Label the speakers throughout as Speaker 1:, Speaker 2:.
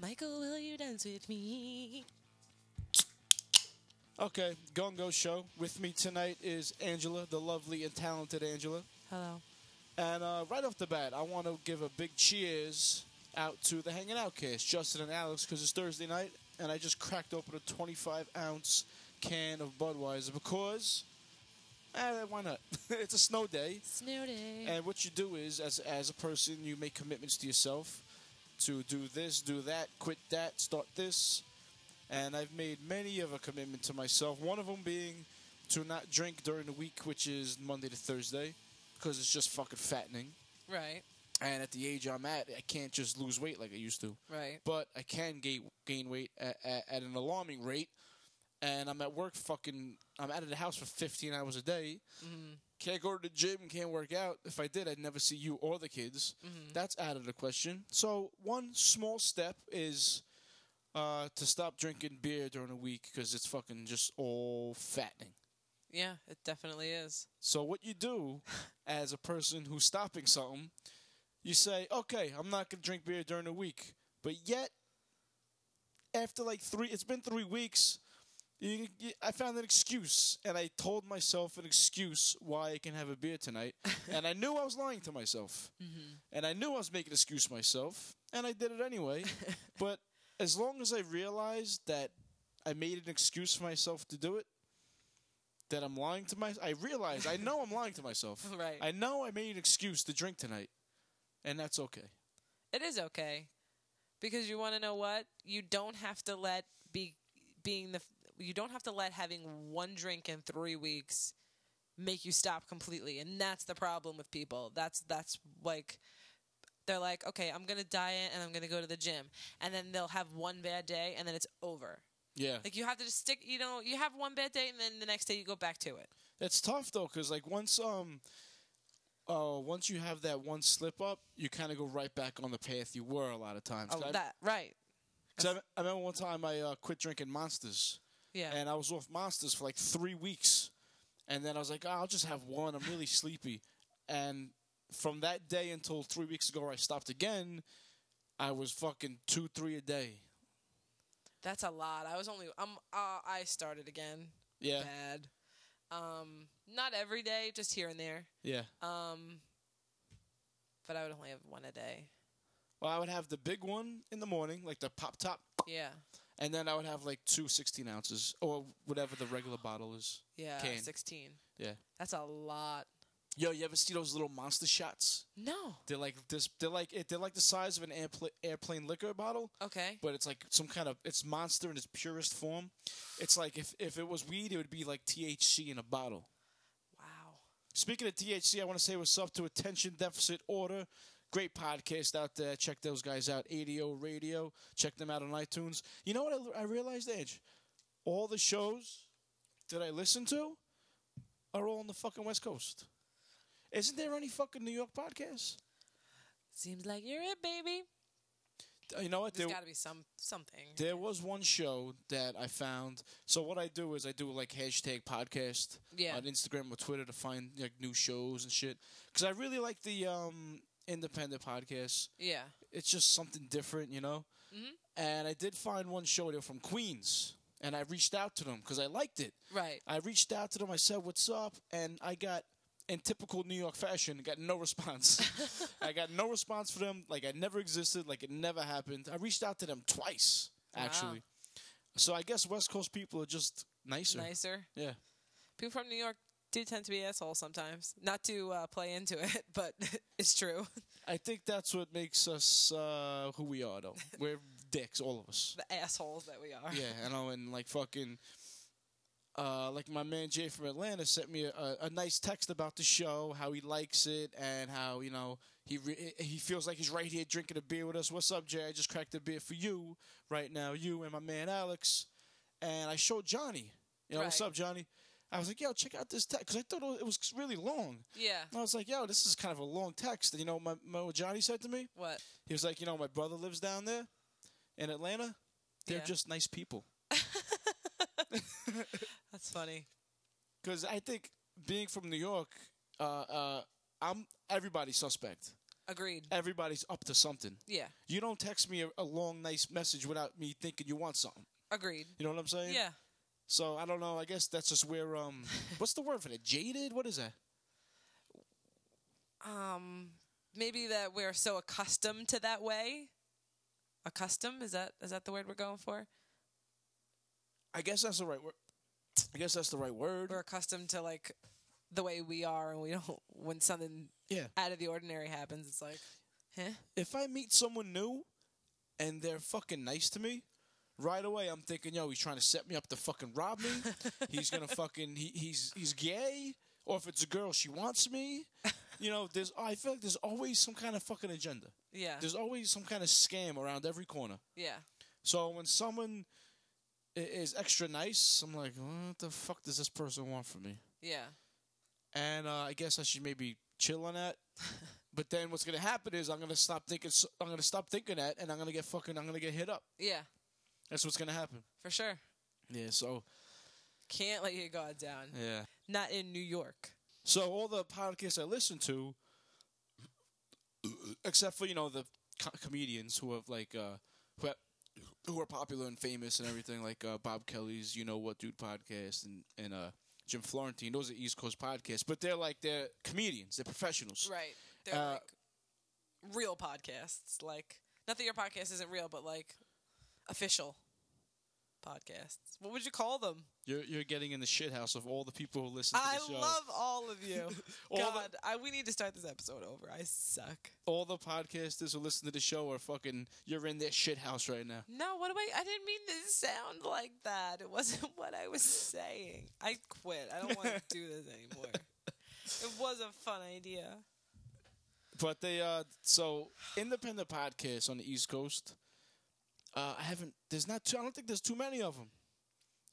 Speaker 1: Michael, will you dance with me?
Speaker 2: Okay, Go and Go Show. With me tonight is Angela, the lovely and talented Angela.
Speaker 1: Hello.
Speaker 2: And uh, right off the bat, I want to give a big cheers out to the Hanging Out cast, Justin and Alex, because it's Thursday night, and I just cracked open a 25 ounce can of Budweiser because, eh, why not? it's a snow day.
Speaker 1: Snooty.
Speaker 2: And what you do is, as as a person, you make commitments to yourself to do this, do that, quit that, start this. And I've made many of a commitment to myself. One of them being to not drink during the week, which is Monday to Thursday, because it's just fucking fattening.
Speaker 1: right,
Speaker 2: And at the age I'm at, I can't just lose weight like I used to.
Speaker 1: right.
Speaker 2: But I can gain gain weight at, at, at an alarming rate. And I'm at work, fucking. I'm out of the house for 15 hours a day
Speaker 1: Mm,
Speaker 2: can't go to the gym, can't work out. If I did, I'd never see you or the kids.
Speaker 1: mhm.
Speaker 2: That's out of the question. So one small step is uh, to stop drinking beer during the week because it's fucking just all fattening.
Speaker 1: Yeah, it definitely is.
Speaker 2: So what you do as a person who's stopping something, you say, "Okay, I'm not gonna drink beer during the week," but yet after like three, it's been three weeks. You, you, I found an excuse, and I told myself an excuse why I can have a beer tonight, and I knew I was lying to myself,
Speaker 1: Mm-hmm.
Speaker 2: and I knew I was making an excuse myself, and I did it anyway. but as long as I realized that I made an excuse for myself to do it, that I'm lying to myself, I realize I know I'm lying to myself.
Speaker 1: Right.
Speaker 2: I know I made an excuse to drink tonight, and that's okay.
Speaker 1: it is okay because you want to know what you don't have to let be being the you don't have to let having one drink in three weeks make you stop completely and that's the problem with people that's that's like they're like okay i'm gonna diet and i'm gonna go to the gym and then they'll have one bad day and then it's over
Speaker 2: Yeah,
Speaker 1: like you have to just stick you know you have one bad day and then the next day you go back to it
Speaker 2: it's tough though, because like once um, uh, once you have that one slip up, you kind of go right back on the path you were a lot of times.
Speaker 1: oh
Speaker 2: 'Cause I-
Speaker 1: that right
Speaker 2: 'cause I, I remember one time I uh, quit drinking monsters.
Speaker 1: yeah
Speaker 2: and I was off monsters for like three weeks, and then I was like, "Ah, I'll just have one. I'm really sleepy, and from that day until three weeks ago, where I stopped again. I was fucking two, three a day.
Speaker 1: that's a lot i was only i'm uh, i started again
Speaker 2: Yeah,
Speaker 1: bad. Um, not every day, just here and there.
Speaker 2: yeah.
Speaker 1: Um, but I would only have one a day.
Speaker 2: Well, I would have the big one in the morning, like the pop top,
Speaker 1: Yeah,
Speaker 2: and then I would have like two 16 ounces or whatever the regular bottle is.
Speaker 1: yeah,
Speaker 2: Can.
Speaker 1: sixteen.
Speaker 2: Yeah.
Speaker 1: that's a lot.
Speaker 2: Yo, you ever see those little monster shots?
Speaker 1: No.
Speaker 2: They're like this. They're like they're like the size of an airpl- airplane liquor bottle,
Speaker 1: Okay.
Speaker 2: but it's like some kind of it's monster in its purest form. It's like if if it was weed, it would be like THC in a bottle.
Speaker 1: Wow.
Speaker 2: Speaking of THC, I want to say what's up to Attention Deficit Order. Great podcast out there. Check those guys out. ADO Radio. Check them out on iTunes. You know what I, I realized, Edge? All the shows that I listen to are all on the fucking West Coast. Isn't there any fucking New York podcast?
Speaker 1: Seems like you're it, baby.
Speaker 2: You know what?
Speaker 1: There's
Speaker 2: There-
Speaker 1: got to be some something.
Speaker 2: There was one show that I found. So what I do is I do like hashtag podcast
Speaker 1: Yeah.
Speaker 2: on Instagram or Twitter to find like new shows and shit. Because I really like the um, independent podcasts.
Speaker 1: yeah.
Speaker 2: It's just something different, you know.
Speaker 1: Mhm.
Speaker 2: And I did find one show. They were from Queens, and I reached out to them because I liked it.
Speaker 1: Right.
Speaker 2: I reached out to them. I said, "What's up?" And I got, in typical New York fashion, got no response. I got no response for them. Like I never existed. Like it never happened. I reached out to them twice, actually. So I guess West Coast people are just nicer.
Speaker 1: Nicer.
Speaker 2: Yeah.
Speaker 1: People from New York do tend to be assholes sometimes. Not to uh, play into it, but it's true.
Speaker 2: I think that's what makes us uh, who we are, though. We're dicks, all of us.
Speaker 1: the assholes that we are.
Speaker 2: Yeah, I know, and like fucking, uh, like my man Jay from Atlanta sent me a, a nice text about the show, how he likes it, and how you know he re- he feels like he's right here drinking a beer with us. What's up, Jay? I just cracked a beer for you right now, you and my man Alex, and I showed Johnny. You know what's
Speaker 1: Right.
Speaker 2: up, Johnny? I was like, yo, check out this text because I thought it was really long.
Speaker 1: Yeah.
Speaker 2: And I was like, yo, this is kind of a long text. And you know, my, my what Johnny said to me,
Speaker 1: What?
Speaker 2: he was like, you know, my brother lives down there in Atlanta. They're
Speaker 1: Yeah.
Speaker 2: just nice people.
Speaker 1: That's funny.
Speaker 2: because I think being from New York, uh, uh, I'm everybody's suspect.
Speaker 1: Agreed.
Speaker 2: everybody's up to something.
Speaker 1: Yeah.
Speaker 2: You don't text me a, a long, nice message without me thinking you want something.
Speaker 1: Agreed.
Speaker 2: You know what I'm saying?
Speaker 1: Yeah.
Speaker 2: So I don't know. I guess that's just where um, what's the word for that? Jaded? What is that?
Speaker 1: Um, maybe that we're so accustomed to that way. Accustomed is that is that the word we're going for?
Speaker 2: I guess that's the right word. I guess that's the right word.
Speaker 1: We're accustomed to like the way we are, and we don't. When something
Speaker 2: Yeah.
Speaker 1: out of the ordinary happens, it's like, huh?
Speaker 2: If I meet someone new, and they're fucking nice to me, right away I'm thinking, yo, he's trying to set me up to fucking rob me. he's gonna fucking he, he's he's gay. Or if it's a girl, she wants me. You know, there's I feel like there's always some kind of fucking agenda.
Speaker 1: Yeah.
Speaker 2: There's always some kind of scam around every corner.
Speaker 1: Yeah.
Speaker 2: So when someone i- is extra nice, I'm like, what the fuck does this person want from me?
Speaker 1: Yeah.
Speaker 2: And uh, I guess I should maybe chill on that. but then what's gonna happen is I'm gonna stop thinking. s- I'm gonna stop thinking that, and I'm gonna get fucking. I'm gonna get hit up.
Speaker 1: Yeah.
Speaker 2: That's what's gonna happen.
Speaker 1: For sure.
Speaker 2: Yeah. So
Speaker 1: Can't let your guard down.
Speaker 2: yeah.
Speaker 1: Not in New York.
Speaker 2: So all the podcasts I listen to, except for you know the co- comedians who have like uh, who, ha- who are popular and famous and everything, like uh, Bob Kelly's "You Know What Dude" podcast and and uh, Jim Florentine. Those are East Coast podcasts, but they're like they're comedians, they're professionals.
Speaker 1: Right. They're
Speaker 2: Uh,
Speaker 1: like real podcasts. Like not that your podcast isn't real, but like official podcasts. What would you call them?
Speaker 2: You're you're getting in the shithouse of all the people who listen to
Speaker 1: I
Speaker 2: the show.
Speaker 1: love all of you.
Speaker 2: all
Speaker 1: God,
Speaker 2: the
Speaker 1: I, we need to start this episode over. I suck.
Speaker 2: all the podcasters who listen to the show are fucking. You're in their shithouse right now.
Speaker 1: No, what do I? I didn't mean to sound like that. It wasn't what I was saying. I quit. I don't want to do this anymore. It was a fun idea.
Speaker 2: But they uh so independent podcasts on the East Coast. Uh, I haven't. There's not. Too, I don't think there's too many of them.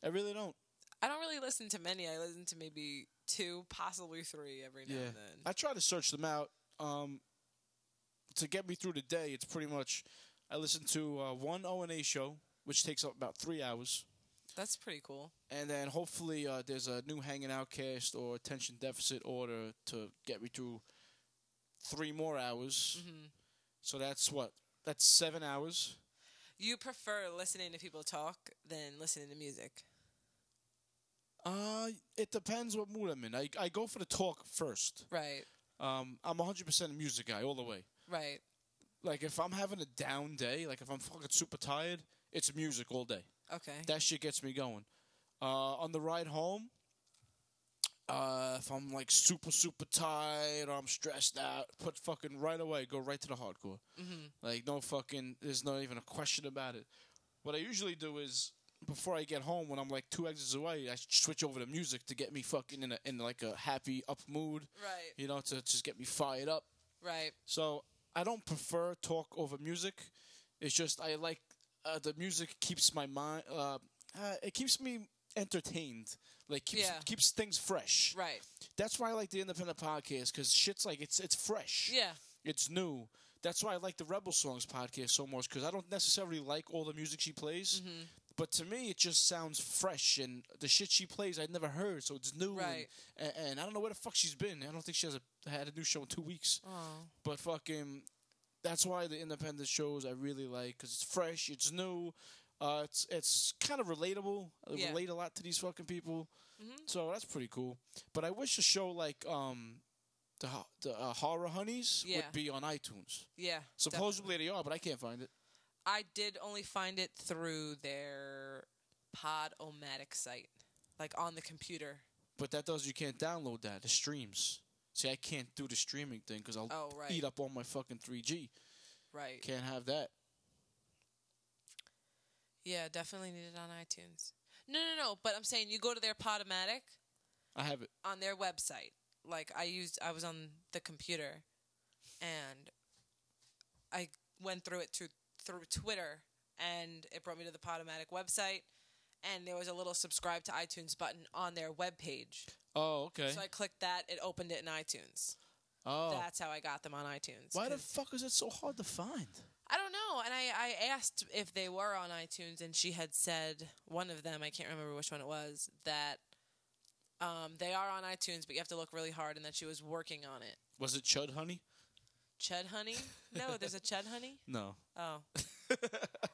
Speaker 2: I really don't.
Speaker 1: I don't really listen to many. I listen to maybe two, possibly three every now
Speaker 2: Yeah.
Speaker 1: and then.
Speaker 2: I try to search them out. Um, to get me through the day, it's pretty much. I listen to uh, one O and A show, which takes up about three hours,
Speaker 1: That's pretty cool.
Speaker 2: and then hopefully uh, there's a new hanging out cast or attention deficit order to get me through three more hours.
Speaker 1: hmm
Speaker 2: So that's what. That's seven hours.
Speaker 1: You prefer listening to people talk than listening to music.
Speaker 2: Uh, it depends what mood I'm in. I, I go for the talk first.
Speaker 1: Right,
Speaker 2: Um, I'm 100% a music guy all the way.
Speaker 1: right.
Speaker 2: Like, if I'm having a down day, like if I'm fucking super tired, it's music all day.
Speaker 1: Okay.
Speaker 2: That shit gets me going. Uh, on the ride home, uh, if I'm like super, super tired or I'm stressed out, put fucking right away, go right to the hardcore.
Speaker 1: hmm
Speaker 2: Like, no fucking, there's not even a question about it. What I usually do is, before I get home, when I'm like two exits away, I switch over to music to get me fucking in, a, in like a happy, up mood,
Speaker 1: Right,
Speaker 2: you know, to just get me fired up.
Speaker 1: right.
Speaker 2: So I don't prefer talk over music. It's just I like uh, the music keeps my mind, uh, uh, it keeps me entertained, like keeps,
Speaker 1: Yeah.
Speaker 2: keeps things fresh.
Speaker 1: Right.
Speaker 2: That's why I like the independent podcast because shit's like it's it's fresh.
Speaker 1: Yeah.
Speaker 2: It's new. That's why I like the Rebel Songs podcast so much because I don't necessarily like all the music she plays,
Speaker 1: Mhm.
Speaker 2: but to me it just sounds fresh and the shit she plays I'd never heard, so it's new.
Speaker 1: Right.
Speaker 2: And, and, and I don't know where the fuck she's been. I don't think she has a, had a new show in two weeks,
Speaker 1: Oh.
Speaker 2: but fucking, that's why the independent shows I really like because it's fresh, it's new, uh, it's it's kind of relatable. I
Speaker 1: Yeah.
Speaker 2: relate a lot to these fucking people,
Speaker 1: Mhm.
Speaker 2: so that's pretty cool. But I wish a show like um. The, ho- the uh, horror honeys
Speaker 1: Yeah.
Speaker 2: would be on iTunes.
Speaker 1: Yeah.
Speaker 2: Supposedly they are, but I can't find it.
Speaker 1: I did only find it through their Podomatic site, like on the computer.
Speaker 2: But that does you can't download that. The streams. See, I can't do the streaming thing because I'll
Speaker 1: Oh, right.
Speaker 2: eat up all my fucking 3G.
Speaker 1: Right.
Speaker 2: Can't have that.
Speaker 1: Yeah, definitely need it on iTunes. No, no, no. But I'm saying you go to their Podomatic
Speaker 2: I have it.
Speaker 1: on their website. Like I used, I was on the computer, and I went through it through through Twitter, and it brought me to the Podomatic website, and there was a little subscribe to iTunes button on their webpage.
Speaker 2: Oh, okay.
Speaker 1: So I clicked that, it opened it in iTunes.
Speaker 2: oh,
Speaker 1: That's how I got them on iTunes.
Speaker 2: why the
Speaker 1: 'cause-
Speaker 2: fuck is it so hard to find?
Speaker 1: I don't know. And I, I asked if they were on iTunes, and she had said one of them, I can't remember which one it was, that um, they are on iTunes, but you have to look really hard, and that she was working on it.
Speaker 2: Was it Chud Honey?
Speaker 1: Chud honey? No, there's a chud honey.
Speaker 2: No.
Speaker 1: Oh,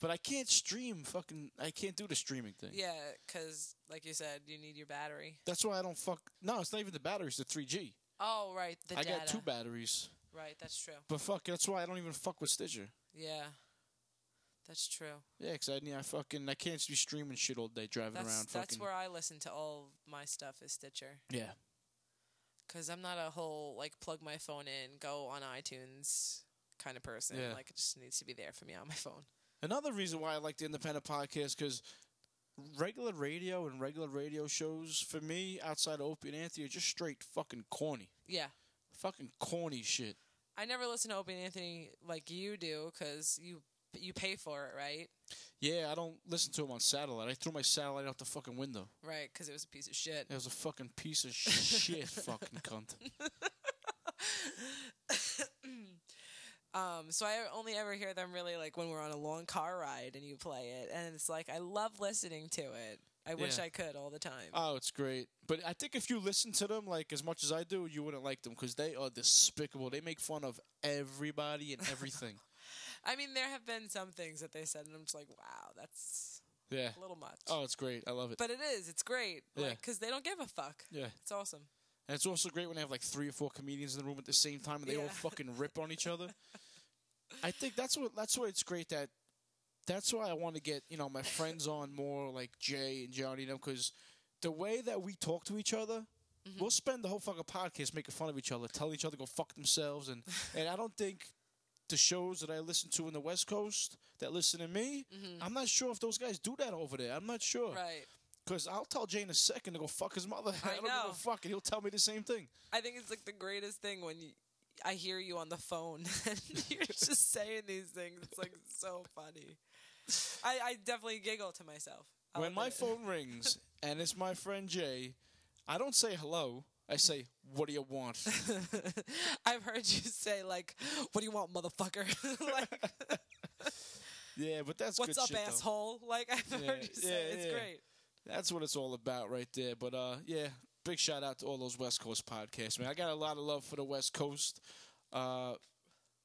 Speaker 2: But I can't stream fucking I can't do the streaming thing.
Speaker 1: yeah, because like you said, you need your battery.
Speaker 2: That's why I don't fuck No, it's not even the batteries, the 3G.
Speaker 1: Oh, right, the
Speaker 2: I
Speaker 1: data.
Speaker 2: got two batteries.
Speaker 1: right, that's true.
Speaker 2: But fuck, that's why I don't even fuck with Stitcher.
Speaker 1: Yeah, that's true.
Speaker 2: Yeah, 'cause I need I fucking I can't be streaming shit all day driving
Speaker 1: That's
Speaker 2: around fucking
Speaker 1: that's where I listen to all my stuff is Stitcher.
Speaker 2: Yeah.
Speaker 1: because I'm not a whole like plug my phone in, go on iTunes kind of person.
Speaker 2: Yeah.
Speaker 1: Like it just needs to be there for me on my phone.
Speaker 2: Another reason why I like the independent podcast because regular radio and regular radio shows for me outside of Opie and Anthony are just straight fucking corny,
Speaker 1: Yeah,
Speaker 2: fucking corny shit.
Speaker 1: I never listen to Opie and Anthony like you do because you you pay for it, right?
Speaker 2: Yeah, I don't listen to them on satellite. I threw my satellite out the fucking window.
Speaker 1: Right, because it was a piece of shit.
Speaker 2: It was a fucking piece of shit, fucking cunt.
Speaker 1: Um, so I only ever hear them really like when we're on a long car ride and you play it, and it's like I love listening to it. I wish
Speaker 2: Yeah.
Speaker 1: I could all the time.
Speaker 2: Oh, it's great. But I think if you listen to them like as much as I do, you wouldn't like them because they are despicable. They make fun of everybody and everything.
Speaker 1: I mean, there have been some things that they said, and I'm just like, wow, that's
Speaker 2: yeah.
Speaker 1: a little much.
Speaker 2: Oh, it's great. I love it.
Speaker 1: But it is, it's great,
Speaker 2: Yeah.
Speaker 1: like because they don't give a fuck.
Speaker 2: Yeah.
Speaker 1: It's awesome.
Speaker 2: And it's also great when they have like three or four comedians in the room at the same time and they all
Speaker 1: Yeah.
Speaker 2: fucking rip on each other. I think that's what that's why it's great that that's why I want to get, you know, my friends on more like Jay and Johnny and them because the way that we talk to each other,
Speaker 1: Mm-hmm.
Speaker 2: we'll spend the whole fucking podcast making fun of each other, telling each other to go fuck themselves and and I don't think the shows that I listen to in the West Coast that listen to me, I'm not sure if those guys do that over there. I'm not sure.
Speaker 1: Mm-hmm. Right.
Speaker 2: Because I'll tell Jay in a second to go fuck his mother. I,
Speaker 1: I
Speaker 2: don't give
Speaker 1: know.
Speaker 2: a fuck, and he'll tell me the same thing.
Speaker 1: I think it's like the greatest thing when you, I hear you on the phone and you're just saying these things. It's like so funny. I, I definitely giggle to myself. I'll
Speaker 2: when my
Speaker 1: admit it.
Speaker 2: phone rings and it's my friend Jay, I don't say hello. I say, "What do you want?"
Speaker 1: I've heard you say like, "What do you want, motherfucker?" like,
Speaker 2: yeah, but that's
Speaker 1: "What's
Speaker 2: good
Speaker 1: up,
Speaker 2: shit, though.
Speaker 1: asshole?" Like I've
Speaker 2: Yeah,
Speaker 1: heard you say,
Speaker 2: yeah,
Speaker 1: it's
Speaker 2: yeah.
Speaker 1: great.
Speaker 2: That's what it's all about, right there. But uh, yeah, big shout out to all those West Coast podcasts, man. I got a lot of love for the West Coast. Uh,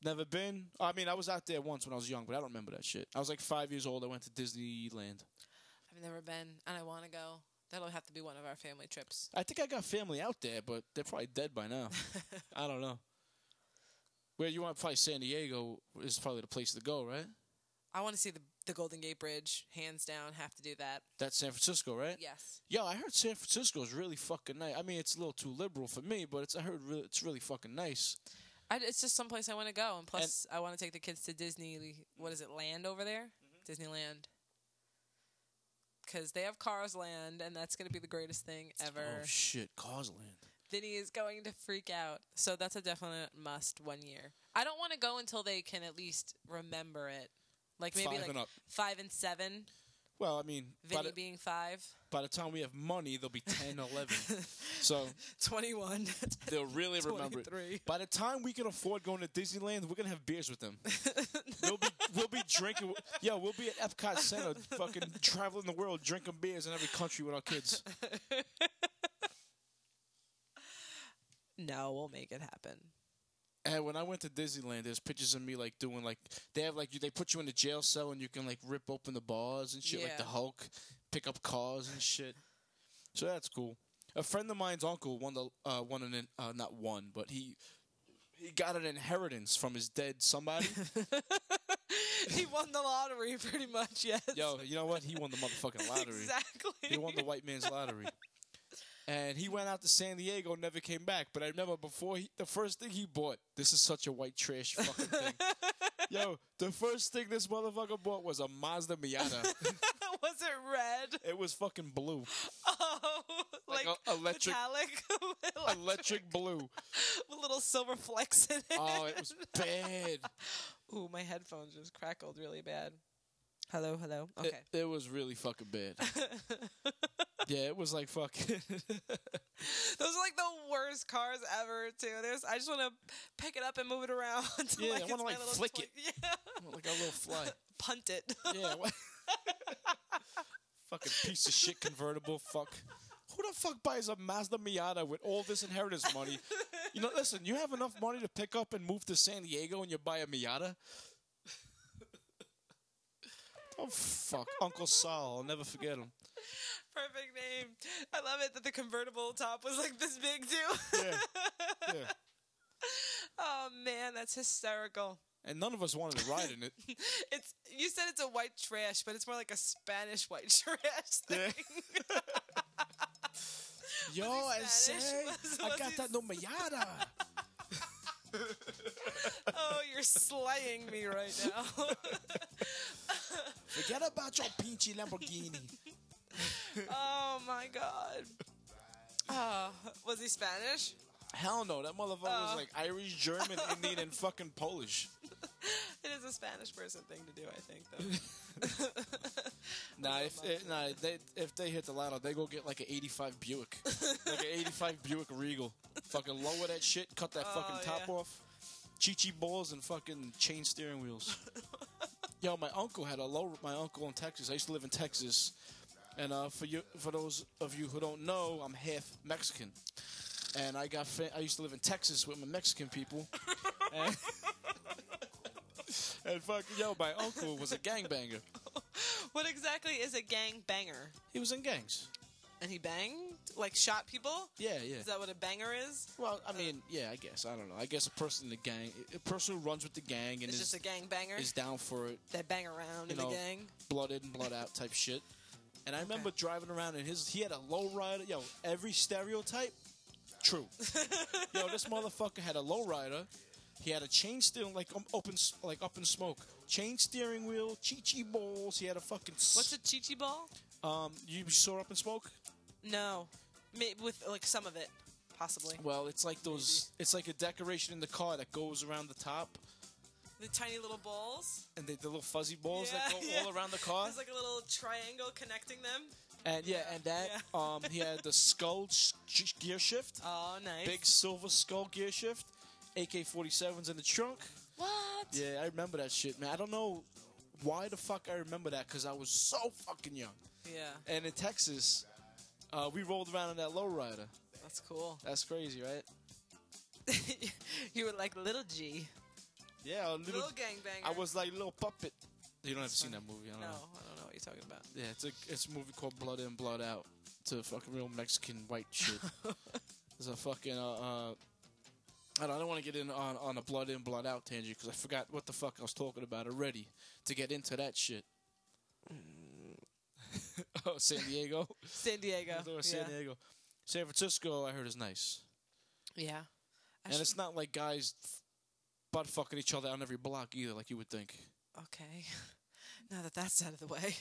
Speaker 2: never been. I mean, I was out there once when I was young, but I don't remember that shit. I was like five years old. I went to Disneyland.
Speaker 1: I've never been, and I want to go. That'll have to be one of our family trips.
Speaker 2: I think I got family out there, but they're probably dead by now. I don't know. Where you want probably San Diego is probably the place to go, right?
Speaker 1: I want to see the the Golden Gate Bridge, hands down. Have to do that.
Speaker 2: That's San Francisco, right?
Speaker 1: Yes.
Speaker 2: Yo, I heard San Francisco is really fucking nice. I mean, it's a little too liberal for me, but it's I heard really, it's really fucking nice.
Speaker 1: I, it's just someplace I want to go, and plus I want to take the kids to Disney. What is it, Land over there?
Speaker 2: Mm-hmm.
Speaker 1: Disneyland. Because they have Cars Land, and that's going to be the greatest thing ever.
Speaker 2: Oh shit, Causland.
Speaker 1: Vinny is going to freak out, so that's a definite must one year. I don't want to go until they can at least remember it, like maybe
Speaker 2: Five
Speaker 1: like
Speaker 2: and up.
Speaker 1: five and seven.
Speaker 2: Well, I mean, by
Speaker 1: Vinny
Speaker 2: the,
Speaker 1: being five,
Speaker 2: by the time we have money, they'll be 10, 11. so
Speaker 1: twenty-one,
Speaker 2: they'll really remember it.
Speaker 1: twenty-three.
Speaker 2: By the time we can afford going to Disneyland, we're gonna have beers with them. we'll be we'll be drinking. Yo, we'll be at Epcot Center, fucking traveling the world, drinking beers in every country with our kids.
Speaker 1: No, we'll make it happen.
Speaker 2: And when I went to Disneyland, there's pictures of me like doing like they have like you, they put you in a jail cell and you can like rip open the bars and shit like
Speaker 1: Yeah.
Speaker 2: the Hulk, pick up cars and shit. So that's cool. A friend of mine's uncle won the uh, won an in- uh, not won but he he got an inheritance from his dead somebody.
Speaker 1: he won the lottery pretty much, yes.
Speaker 2: Yo, you know what? He won the motherfucking lottery.
Speaker 1: Exactly.
Speaker 2: He won the white man's lottery. And he went out to San Diego, never came back. But I remember before he, the first thing he bought. This is such a white trash fucking thing. Yo, the first thing this motherfucker bought was a Mazda Miata.
Speaker 1: Was it red?
Speaker 2: it was fucking blue,
Speaker 1: Oh,
Speaker 2: Like
Speaker 1: like,
Speaker 2: a- electric-
Speaker 1: metallic,
Speaker 2: electric blue.
Speaker 1: with little silver flecks in it.
Speaker 2: Oh, it was bad.
Speaker 1: Ooh, my headphones just crackled really bad. Hello, hello.
Speaker 2: It-
Speaker 1: Okay.
Speaker 2: It, was really fucking bad. yeah, it was like fucking.
Speaker 1: Those are like the worst cars ever, too. There's, I just want to pick it up and move it around.
Speaker 2: Yeah, I
Speaker 1: like
Speaker 2: wanna,
Speaker 1: it's my
Speaker 2: like,
Speaker 1: little
Speaker 2: flick
Speaker 1: toy-
Speaker 2: it.
Speaker 1: Yeah.
Speaker 2: like a little fly.
Speaker 1: Punt it.
Speaker 2: Yeah. What? fucking piece of shit convertible. Fuck. Who the fuck buys a Mazda Miata with all this inheritance money? You know, listen, you have enough money to pick up and move to San Diego and you buy a Miata? Oh, fuck. Uncle Sal. I'll never forget him.
Speaker 1: Perfect name. I love it that the convertible top was like this big too.
Speaker 2: Yeah. Yeah.
Speaker 1: oh man, that's hysterical.
Speaker 2: And none of us wanted to ride in it.
Speaker 1: It's you said it's a white trash, but it's more like a Spanish white trash thing.
Speaker 2: Yeah. Yo, I
Speaker 1: Spanish?
Speaker 2: say,
Speaker 1: Was-
Speaker 2: I
Speaker 1: was
Speaker 2: got
Speaker 1: he
Speaker 2: that no Miata.
Speaker 1: oh, you're slaying me right now.
Speaker 2: Forget about your pinchy Lamborghini.
Speaker 1: oh my god. Oh, was he Spanish?
Speaker 2: Hell no, that motherfucker was
Speaker 1: Oh.
Speaker 2: like Irish, German, Indian, and fucking Polish.
Speaker 1: It is a Spanish person thing to do, I think, though.
Speaker 2: Nah, if it, nah, they, if they hit the lotto, they go get like an '85 Buick, like an '85 Buick Regal. Fucking lower that shit, cut that fucking
Speaker 1: Oh,
Speaker 2: top
Speaker 1: yeah.
Speaker 2: off, chichi balls and fucking chain steering wheels. Yo, my uncle had a low. My uncle in Texas. I used to live in Texas, and uh, for you, for those of you who don't know, I'm half Mexican, and I got. Fa- I used to live in Texas with my Mexican people. and, and fuck, yo, my uncle was a gangbanger.
Speaker 1: what exactly is a gang banger?
Speaker 2: He was in gangs.
Speaker 1: And he banged? Like shot people?
Speaker 2: Yeah, yeah.
Speaker 1: Is that what a banger is?
Speaker 2: Well, I mean, yeah, I guess I don't know. I guess a person in the gang, a person who runs with the gang and
Speaker 1: It's
Speaker 2: is
Speaker 1: just a gang banger.
Speaker 2: is down for it,
Speaker 1: They bang around
Speaker 2: you
Speaker 1: in
Speaker 2: know,
Speaker 1: the gang.
Speaker 2: blood in, blood out type shit. And I remember driving around in his, he had a low rider. Yo, every stereotype, true. yo, this motherfucker had a low rider. He had a chain steering, like um, open, s- like up in smoke. Chain steering wheel, chi balls. He had a fucking. s-
Speaker 1: What's a chichi ball?
Speaker 2: Um, you saw up in smoke?
Speaker 1: No. May- With like some of it, possibly.
Speaker 2: Well, it's like those. It's like a decoration in the car that goes around the top.
Speaker 1: The tiny little balls.
Speaker 2: and the, the little fuzzy balls that
Speaker 1: Yeah,
Speaker 2: go
Speaker 1: yeah.
Speaker 2: all around the car.
Speaker 1: There's like a little triangle connecting them.
Speaker 2: and yeah, and that
Speaker 1: yeah.
Speaker 2: um, he had the skull sh- sh- gear shift,
Speaker 1: Oh, nice.
Speaker 2: big silver skull gear shift, AK-47s in the trunk.
Speaker 1: What?
Speaker 2: Yeah, I remember that shit, man. I don't know why the fuck I remember that because I was so fucking young.
Speaker 1: Yeah,
Speaker 2: And in Texas, uh, we rolled around in that lowrider.
Speaker 1: that's cool.
Speaker 2: That's crazy, right?
Speaker 1: you were like little G,
Speaker 2: Yeah, a little.
Speaker 1: little gangbanger.
Speaker 2: I was like little puppet. You don't have seen that movie, I don't
Speaker 1: No, I
Speaker 2: know.
Speaker 1: don't know what you're talking about.
Speaker 2: Yeah, it's a it's a movie called Blood In Blood Out. It's a fucking real Mexican white shit. There's a fucking uh, uh I don't, I don't want to get in on on a Blood In Blood Out tangent because I forgot what the fuck I was talking about already to get into that shit. oh, San Diego,
Speaker 1: San Diego.
Speaker 2: Or
Speaker 1: yeah.
Speaker 2: San Diego, San Francisco. I heard is nice,
Speaker 1: yeah. I
Speaker 2: and
Speaker 1: should-
Speaker 2: it's not like guys f- butt fucking each other on every block either, like you would think.
Speaker 1: okay. now that that's out of the way.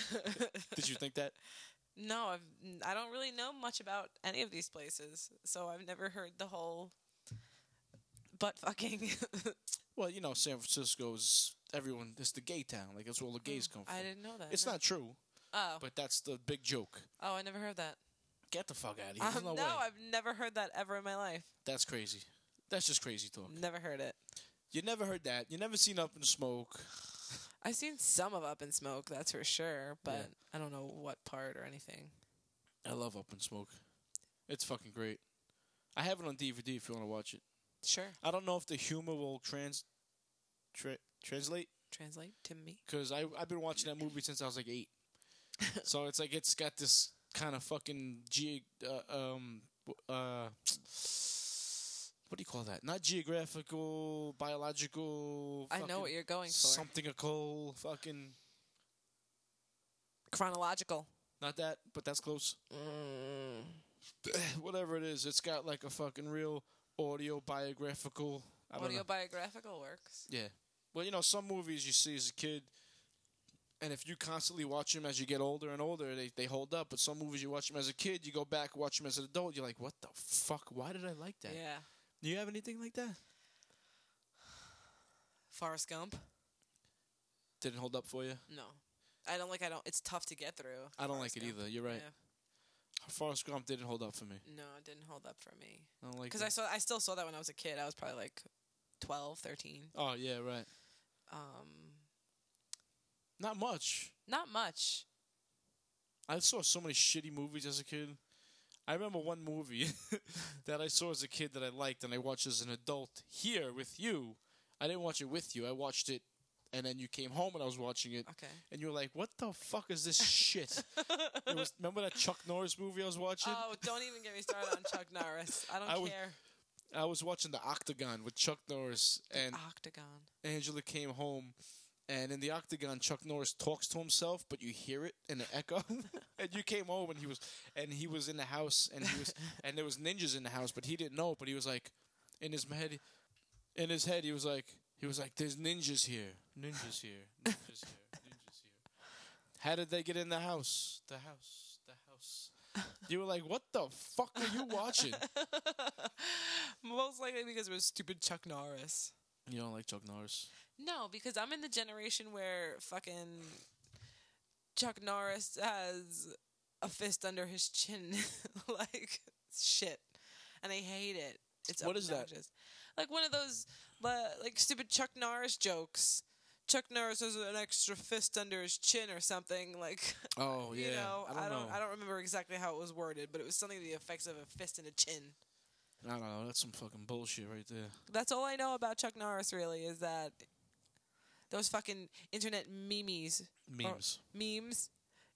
Speaker 2: Did you think that?
Speaker 1: no, I've, n- I don't really know much about any of these places, so I've never heard the whole butt fucking.
Speaker 2: Well, you know, San Francisco's everyone. It's the gay town. Like that's where all the gays come from.
Speaker 1: Mm, I didn't know that.
Speaker 2: It's
Speaker 1: no.
Speaker 2: not true,
Speaker 1: Oh,
Speaker 2: but that's the big joke.
Speaker 1: oh, I never heard that.
Speaker 2: Get the fuck out of here.
Speaker 1: Um,
Speaker 2: There's no,
Speaker 1: no,
Speaker 2: way.
Speaker 1: I've never heard that ever in my life.
Speaker 2: That's crazy. That's just crazy talk.
Speaker 1: Never heard it.
Speaker 2: You never heard that. You never seen Up in Smoke.
Speaker 1: I've seen some of Up in Smoke, that's for sure, but
Speaker 2: Yeah.
Speaker 1: I don't know what part or anything.
Speaker 2: I love Up in Smoke. It's fucking great. I have it on DVD if you want to watch it.
Speaker 1: Sure.
Speaker 2: I don't know if the humor will trans tra- translate
Speaker 1: Translate to me.
Speaker 2: because I I've been watching that movie since I was like eight. so it's like it's got this kind of fucking ge- uh, um w- uh what do you call that? Not geographical, biological.
Speaker 1: I know what
Speaker 2: fucking
Speaker 1: you're going for.
Speaker 2: something a coal fucking
Speaker 1: Chronological.
Speaker 2: not that, but that's close.
Speaker 1: Mm.
Speaker 2: Whatever it is, it's got like a fucking real audio biographical. I don't know.
Speaker 1: Audio biographical works.
Speaker 2: Yeah. Well, you know, some movies you see as a kid, and if you constantly watch them as you get older and older, they, they hold up. But some movies you watch them as a kid, you go back, watch them as an adult, you're like, what the fuck? Why did I like that?
Speaker 1: Yeah.
Speaker 2: Do you have anything like that?
Speaker 1: Forrest Gump?
Speaker 2: Didn't hold up for you?
Speaker 1: No. I don't like I don't it's tough to get through.
Speaker 2: I don't
Speaker 1: Forrest
Speaker 2: like it
Speaker 1: Gump.
Speaker 2: either. You're right.
Speaker 1: Yeah.
Speaker 2: Forrest Gump didn't hold up for me.
Speaker 1: No, it didn't hold up for me.
Speaker 2: I don't like
Speaker 1: Cuz
Speaker 2: it.
Speaker 1: I saw I still saw that when I was a kid. I was probably like 12, 13.
Speaker 2: Oh, yeah, right.
Speaker 1: Um
Speaker 2: Not much.
Speaker 1: not much.
Speaker 2: I saw so many shitty movies as a kid. I remember one movie that I saw as a kid that I liked, and I watched as an adult here with you. I didn't watch it with you. I watched it, and then you came home, and I was watching it,
Speaker 1: Okay.
Speaker 2: and you were like, "What the fuck is this shit?" it was. Remember that Chuck Norris movie I was watching?
Speaker 1: Oh, don't even get me started on Chuck Norris. I don't
Speaker 2: I
Speaker 1: care.
Speaker 2: would- I was watching the Octagon with Chuck Norris, and
Speaker 1: Octagon.
Speaker 2: Angela came home, and in the octagon, Chuck Norris talks to himself, but you hear it in the echo. and you came home, and he was, and he was in the house, and he was, and there was ninjas in the house, but he didn't know. it, But he was like, in his head, in his head, he was like, he was like, "There's ninjas here, ninjas here, ninjas here, ninjas here." How did they get in the house? The house, the house. You were like, "What the fuck are you watching?"
Speaker 1: Most likely because it was stupid Chuck Norris.
Speaker 2: you don't like Chuck Norris.
Speaker 1: No, because I'm in the generation where fucking Chuck Norris has a fist under his chin, like shit, and I hate it. It's
Speaker 2: What is that?
Speaker 1: obnoxious. Like one of those li- like stupid Chuck Norris jokes. Chuck Norris has an extra fist under his chin or something. Like
Speaker 2: Oh yeah,
Speaker 1: you know,
Speaker 2: I don't, know.
Speaker 1: I don't remember exactly how it was worded, but it was something to the effects of a fist and a chin.
Speaker 2: I don't know. That's some fucking bullshit right there.
Speaker 1: That's all I know about Chuck Norris. Really, is that those fucking internet memes
Speaker 2: Memes.
Speaker 1: memes.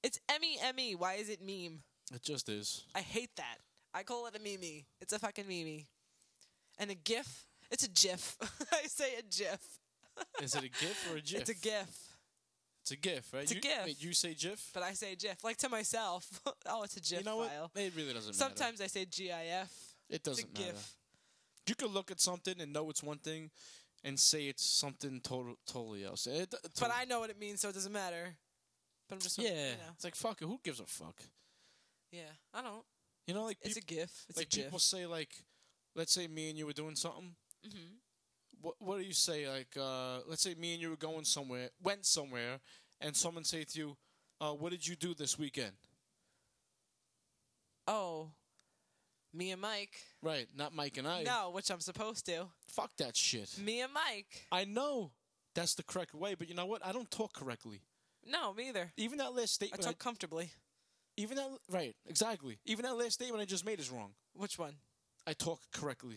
Speaker 1: It's M E M E. Why is it meme?
Speaker 2: It just is.
Speaker 1: I hate that. I call it a meme. It's a fucking meme. And a GIF. It's a GIF. I say a GIF.
Speaker 2: Is it a GIF or a GIF?
Speaker 1: It's a GIF,
Speaker 2: It's a GIF, right?
Speaker 1: It's a
Speaker 2: you,
Speaker 1: GIF.
Speaker 2: wait, you say GIF?
Speaker 1: but I say GIF like to myself. oh, it's a GIF
Speaker 2: you know
Speaker 1: file.
Speaker 2: what? It really doesn't matter.
Speaker 1: Sometimes I say GIF.
Speaker 2: it
Speaker 1: It's a
Speaker 2: doesn't matter.
Speaker 1: GIF.
Speaker 2: You could look at something and know it's one thing, and say it's something total, totally else. It, it-
Speaker 1: But I know what it means, so it doesn't matter. But I'm just
Speaker 2: yeah,
Speaker 1: you know.
Speaker 2: it's like fuck it. Who gives a fuck?
Speaker 1: yeah. I don't.
Speaker 2: You know, like
Speaker 1: It's
Speaker 2: peop-
Speaker 1: a GIF. It's
Speaker 2: like
Speaker 1: a GIF.
Speaker 2: people say like, let's say me and you were doing something.
Speaker 1: Mhm.
Speaker 2: What what do you say? Like, uh, let's say me and you were going somewhere, went somewhere, and someone say to you, uh, "What did you do this weekend?"
Speaker 1: Oh, me and Mike.
Speaker 2: Right? Not Mike and I.
Speaker 1: no, which I'm supposed to.
Speaker 2: Fuck that shit.
Speaker 1: Me and Mike.
Speaker 2: I know that's the correct way, but you know what? I don't talk correctly.
Speaker 1: No, me either.
Speaker 2: Even that last
Speaker 1: I
Speaker 2: statement,
Speaker 1: talk comfortably.
Speaker 2: I- even that right, exactly. Even that last statement I just made is wrong.
Speaker 1: Which one?
Speaker 2: I talk correctly.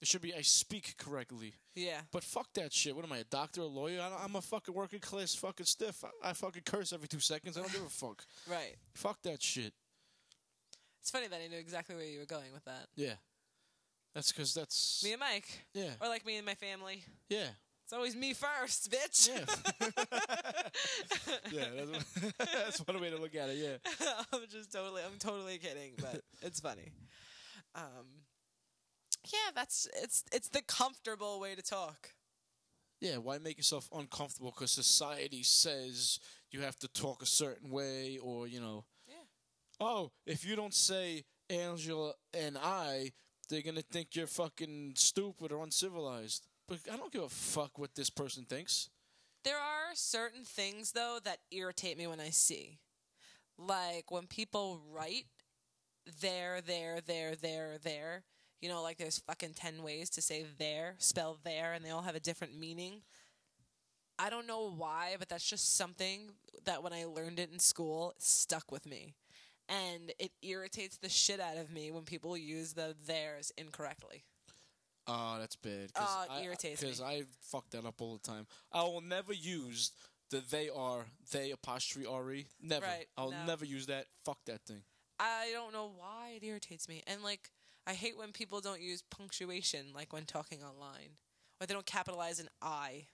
Speaker 2: It should be I speak correctly.
Speaker 1: Yeah.
Speaker 2: But fuck that shit. What am I, a doctor, a lawyer? I don't, I'm a fucking working class fucking stiff. I, I fucking curse every two seconds. I don't give a fuck.
Speaker 1: Right.
Speaker 2: Fuck that shit.
Speaker 1: It's funny that I knew exactly where you were going with that.
Speaker 2: Yeah. That's because that's
Speaker 1: Me and Mike.
Speaker 2: yeah
Speaker 1: Or like me and my family.
Speaker 2: yeah
Speaker 1: It's always me first, bitch.
Speaker 2: yeah yeah. That's, that's one way to look at it. Yeah.
Speaker 1: I'm just totally I'm totally kidding, but it's funny. Um Yeah, that's it's it's the comfortable way to talk.
Speaker 2: Yeah, why make yourself uncomfortable? Because society says you have to talk a certain way, or you know.
Speaker 1: Yeah.
Speaker 2: Oh, if you don't say Angela and I, they're gonna think you're fucking stupid or uncivilized. But I don't give a fuck what this person thinks.
Speaker 1: There are certain things though that irritate me when I see. Like when people write there, there, there, there, there. You know, like there's fucking ten ways to say there, spell there, and they all have a different meaning. I don't know why, but that's just something that when I learned it in school it stuck with me. And it irritates the shit out of me when people use the theirs incorrectly.
Speaker 2: Oh, that's bad.
Speaker 1: Oh, it irritates me.
Speaker 2: Because I fuck that up all the time. I will never use the they are they apostrophe re. Never.
Speaker 1: Right,
Speaker 2: I'll
Speaker 1: no.
Speaker 2: never use that. Fuck that thing.
Speaker 1: I don't know why it irritates me. And like I hate when people don't use punctuation like when talking online. Or they don't capitalize an I.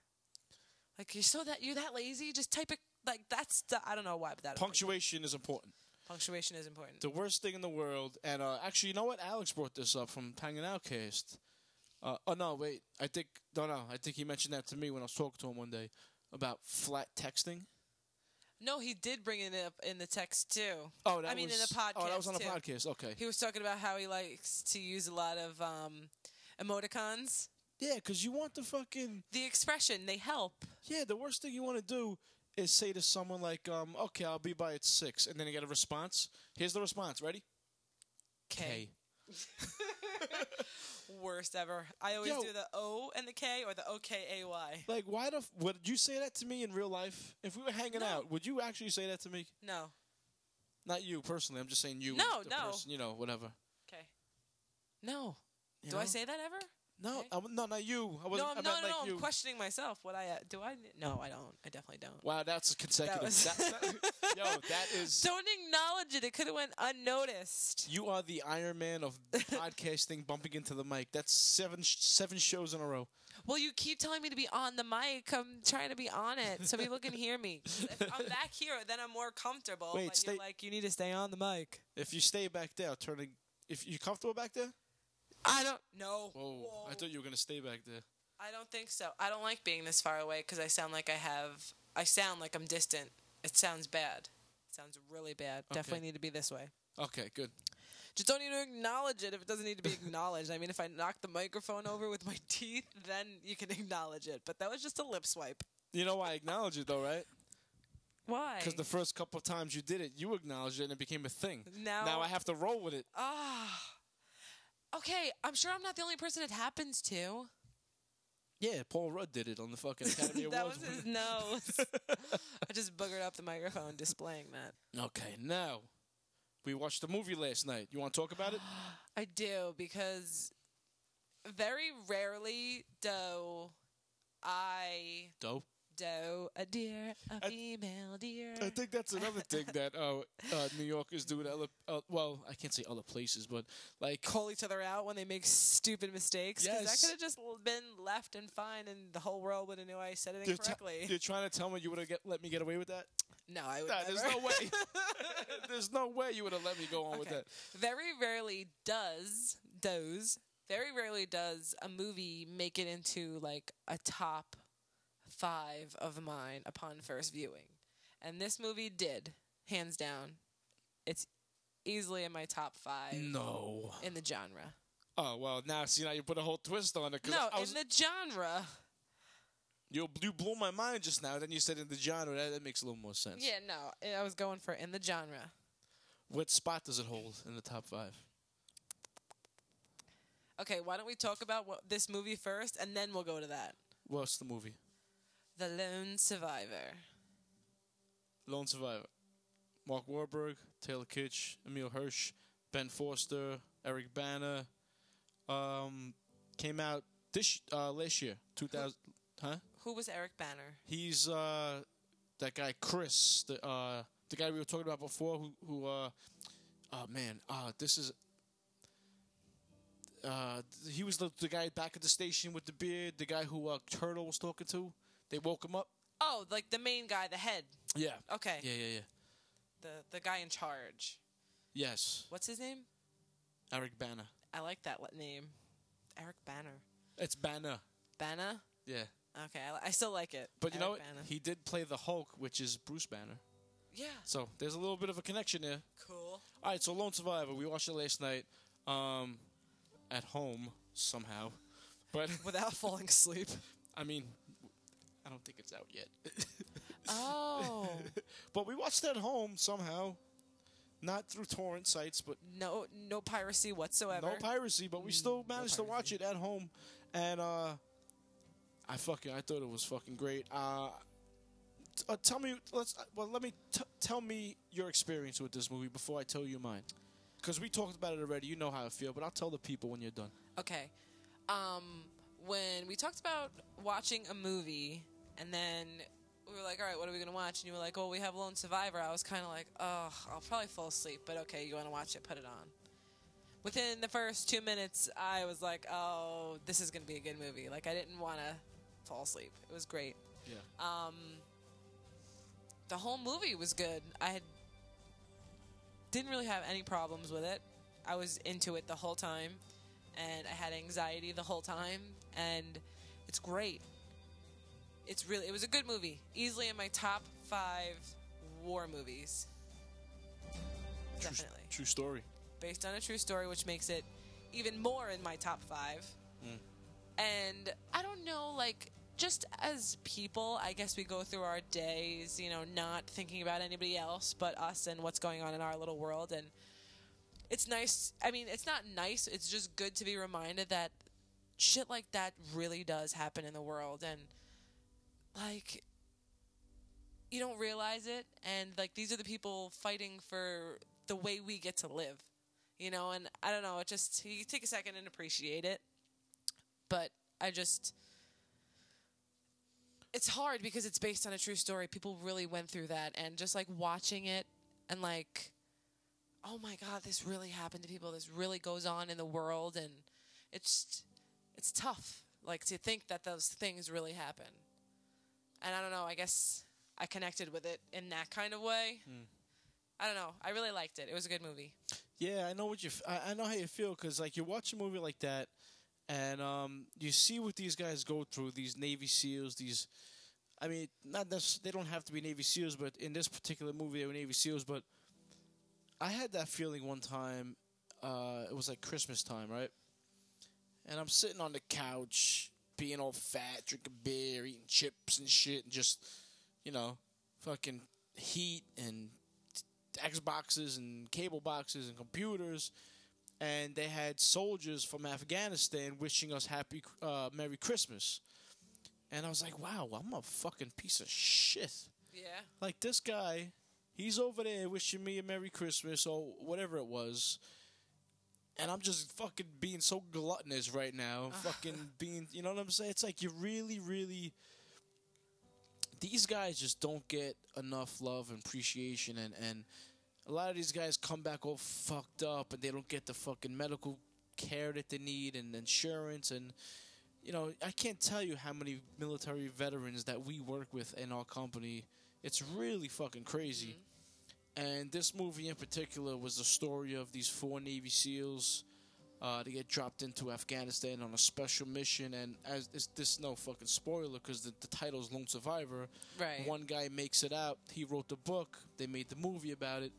Speaker 1: Like you're so that you're that lazy, just type it like that's the, I don't know why but that
Speaker 2: Punctuation is important.
Speaker 1: punctuation is important.
Speaker 2: the worst thing in the world. And uh, actually, you know what? Alex brought this up from Hanging Out Cast. Uh, oh no, wait. I think no, no. I think he mentioned that to me when I was talking to him one day about flat texting.
Speaker 1: No, he did bring it up in the text too.
Speaker 2: Oh, that
Speaker 1: I mean, in
Speaker 2: was,
Speaker 1: a podcast,
Speaker 2: Oh, that was on a
Speaker 1: too.
Speaker 2: podcast. Okay.
Speaker 1: He was talking about how he likes to use a lot of um emoticons.
Speaker 2: Yeah, because you want the fucking
Speaker 1: The expression, they help.
Speaker 2: yeah. The worst thing you want to do is say to someone like, um, okay, I'll be by at six, and then you get a response. Here's the response. Ready?
Speaker 1: K. Worst ever. I always
Speaker 2: Yo.
Speaker 1: do the O and the K or the O K A Y.
Speaker 2: Like, why the? F- would you say that to me in real life? If we were hanging
Speaker 1: No.
Speaker 2: out, would you actually say that to me?
Speaker 1: No.
Speaker 2: Not you personally. I'm just saying you.
Speaker 1: No,
Speaker 2: as the
Speaker 1: no.
Speaker 2: Person, you know, whatever.
Speaker 1: Okay. No.
Speaker 2: You
Speaker 1: do I
Speaker 2: know?
Speaker 1: say that ever?
Speaker 2: No,
Speaker 1: okay.
Speaker 2: I w- no, not you. I
Speaker 1: no,
Speaker 2: wasn't.
Speaker 1: I'm,
Speaker 2: I
Speaker 1: no,
Speaker 2: meant
Speaker 1: no,
Speaker 2: like
Speaker 1: no.
Speaker 2: you.
Speaker 1: I'm questioning myself. What I uh, do? I no, I don't. I definitely don't.
Speaker 2: wow, that's consecutive.
Speaker 1: That was-
Speaker 2: That's not- yo, that is.
Speaker 1: Don't acknowledge it. It could have went unnoticed.
Speaker 2: You are the Iron Man of podcasting, bumping into the mic. That's seven sh- seven shows in a row.
Speaker 1: Well, you keep telling me to be on the mic. I'm trying to be on it so people can hear me. If I'm back here, then I'm more comfortable.
Speaker 2: Wait,
Speaker 1: but
Speaker 2: stay-
Speaker 1: you're like, you need to stay on the mic.
Speaker 2: If you stay back there, turning. If you comfortable back there?
Speaker 1: I don't. No.
Speaker 2: Whoa, I thought you were gonna stay back there.
Speaker 1: I don't think so. I don't like being this far away because I sound like I have. I sound like I'm distant. It sounds bad. It sounds really bad.
Speaker 2: Okay.
Speaker 1: Definitely need to be this way.
Speaker 2: Okay, good.
Speaker 1: Just don't need to acknowledge it if it doesn't need to be acknowledged. I mean, if I knock the microphone over with my teeth, then you can acknowledge it. But that was just a lip swipe.
Speaker 2: You know why I acknowledge it though, right?
Speaker 1: Why?
Speaker 2: Because the first couple of times you did it, you acknowledged it and it became a thing.
Speaker 1: now,
Speaker 2: Now I have to roll with it.
Speaker 1: Ah. okay, I'm sure I'm not the only person it happens to.
Speaker 2: Yeah, Paul Rudd did it on the fucking Academy
Speaker 1: that
Speaker 2: Awards.
Speaker 1: was his nose. I just buggered up the microphone displaying that.
Speaker 2: okay, now we watched the movie last night. You want to talk about it?
Speaker 1: I do because very rarely do I
Speaker 2: Dope.
Speaker 1: do a deer, a
Speaker 2: I-
Speaker 1: female deer.
Speaker 2: I think that's another thing that uh, uh, New Yorkers do to other, uh, well, I can't say other places, but like,
Speaker 1: call each other out when they make stupid mistakes. 'cause
Speaker 2: Yes.
Speaker 1: that could have just l- been left and fine, and the whole world would have knew I said it
Speaker 2: you're, t-
Speaker 1: incorrectly.
Speaker 2: you're trying to tell me you would have get, let me get away with that?
Speaker 1: no, I would
Speaker 2: Nah, there's
Speaker 1: never.
Speaker 2: no way. there's no way you would have let me go on with
Speaker 1: Okay.
Speaker 2: that.
Speaker 1: very rarely does does very rarely does a movie make it into like a top five of mine upon first viewing and this movie did hands down it's easily in my top five
Speaker 2: Mm. No.
Speaker 1: in the genre
Speaker 2: Oh well, now see now you put a whole twist on it. 'cause
Speaker 1: no
Speaker 2: I was,
Speaker 1: in the genre
Speaker 2: you you blew my mind just now. Then you said in the genre that, that makes a little more sense.
Speaker 1: yeah no i was going for in the genre
Speaker 2: What spot does it hold in the top five?
Speaker 1: okay why don't we talk about what, this movie first and then we'll go to that
Speaker 2: What's the movie?
Speaker 1: the lone survivor
Speaker 2: Lone Survivor. Mark Warburg, Taylor Kitsch, Emil Hirsch, Ben Forster, Eric Banner. Um, came out this uh, last year, two thousand. Huh?
Speaker 1: who was eric banner
Speaker 2: He's uh, that guy Chris, the uh, the guy we were talking about before, who who uh, oh man, uh, this is. Uh, th- he was the, the guy back at the station with the beard, the guy who uh, Turtle was talking to. They woke him up.
Speaker 1: oh like the main guy the head
Speaker 2: Yeah.
Speaker 1: okay
Speaker 2: Yeah, yeah, yeah.
Speaker 1: the the guy in charge.
Speaker 2: Yes,
Speaker 1: What's his name?
Speaker 2: Eric Banner.
Speaker 1: I like that li- name, Eric Banner.
Speaker 2: It's Banner.
Speaker 1: Banner.
Speaker 2: Yeah.
Speaker 1: Okay, I, li- I still like it.
Speaker 2: But you know what?
Speaker 1: Eric Bana.
Speaker 2: He did play the Hulk, which is Bruce Banner.
Speaker 1: yeah,
Speaker 2: So there's a little bit of a connection there.
Speaker 1: cool.
Speaker 2: All right, so Lone Survivor. We watched it last night um, at home somehow. But,
Speaker 1: Without falling asleep.
Speaker 2: I mean, I don't think it's out yet.
Speaker 1: Oh
Speaker 2: but we watched it at home somehow. Not through torrent sites, but
Speaker 1: no, no piracy whatsoever.
Speaker 2: no Mm, piracy. But we still managed to watch it at home. And uh, I fucking, I thought it was fucking great. Uh, t- uh, tell me, let's, uh, well, let me, t- tell me your experience with this movie before I tell you mine. Because we talked about it already. You know how I feel, but I'll tell the people when you're done.
Speaker 1: okay, um, when we talked about watching a movie, and then we were like, all right, what are we gonna watch? And you were like, oh, we have Lone Survivor. I was kind of like, oh, I'll probably fall asleep, but okay, you want to watch it? Put it on. within the first two minutes, I was like, "Oh, this is going to be a good movie." Like I didn't want to fall asleep. It was great.
Speaker 2: Yeah.
Speaker 1: Um, the whole movie was good. I had didn't really have any problems with it. I was into it the whole time, and I had anxiety the whole time, and it's great. It's really it was a good movie. Easily in my top five war movies. Definitely
Speaker 2: True story.
Speaker 1: based on a true story, which makes it even more in my top five. And I don't know, like, just as people, I guess we go through our days, you know, not thinking about anybody else but us and what's going on in our little world. And it's nice. I mean, it's not nice, it's just good to be reminded that shit like that really does happen in the world. And, like, you don't realize it and like these are the people fighting for the way we get to live you know and i don't know it just you take a second and appreciate it but i just it's hard because it's based on a true story people really went through that and just like watching it and like oh my god this really happened to people this really goes on in the world and it's it's tough like to think that those things really happen and i don't know i guess i connected with it in that kind of way i don't know i really liked it it was a good movie
Speaker 2: Yeah, I know what you. F- I, I know how you feel because like you watch a movie like that, and um, you see what these guys go through. These Navy SEALs. These, I mean, not necess- they don't have to be Navy SEALs, but in this particular movie, they were Navy SEALs. But I had that feeling one time. Uh, it was like Christmas time, right? And I'm sitting on the couch, being all fat, drinking beer, eating chips and shit, and just, you know, fucking heat and Xboxes and cable boxes and computers, and they had soldiers from Afghanistan wishing us happy uh, Merry Christmas. And I was like, wow, I'm a fucking piece of shit.
Speaker 1: yeah
Speaker 2: Like this guy, he's over there wishing me a Merry Christmas or whatever it was. And I'm just fucking being so gluttonous right now. fucking being, you know what I'm saying? It's like you really, really. These guys just don't get enough love and appreciation. And, and a lot of these guys come back all fucked up and they don't get the fucking medical care that they need and insurance. And, you know, I can't tell you how many military veterans that we work with in our company it's really fucking crazy. And this movie in particular was the story of these four Navy SEALs. Uh, they get dropped into Afghanistan on a special mission, and as this, this is no fucking spoiler because the, the title's Lone Survivor.
Speaker 1: right
Speaker 2: One guy makes it out. He wrote the book. They made the movie about it,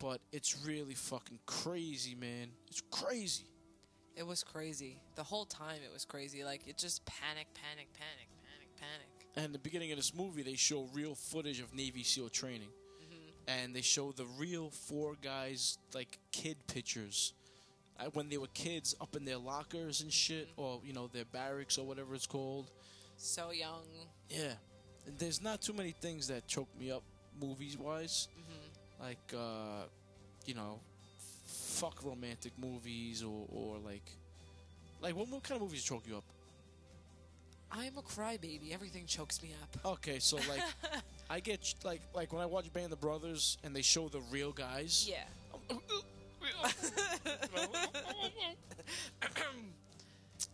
Speaker 2: but it's really fucking crazy, man. It's crazy.
Speaker 1: it was crazy the whole time it was crazy like it just panic panic panic panic panic
Speaker 2: And the beginning of this movie, they show real footage of Navy SEAL training, and they show the real four guys like kid pictures, uh, when they were kids up in their lockers and shit, or you know their barracks or whatever it's called.
Speaker 1: so young
Speaker 2: Yeah, and there's not too many things that choke me up movies wise, like uh, you know, fuck romantic movies or or like, like what, what kind of movies choke you up?
Speaker 1: i'm a crybaby everything chokes me up
Speaker 2: Okay, so like I get ch- like like when I watch Band of Brothers and they show the real guys.
Speaker 1: yeah